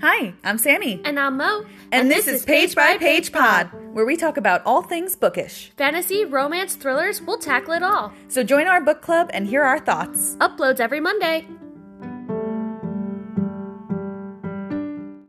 Hi, I'm Sammy. And I'm Mo. And this is Page by Page Pod, where we talk about all things bookish. Fantasy, romance, thrillers, we'll tackle it all. So join our book club and hear our thoughts. Uploads every Monday.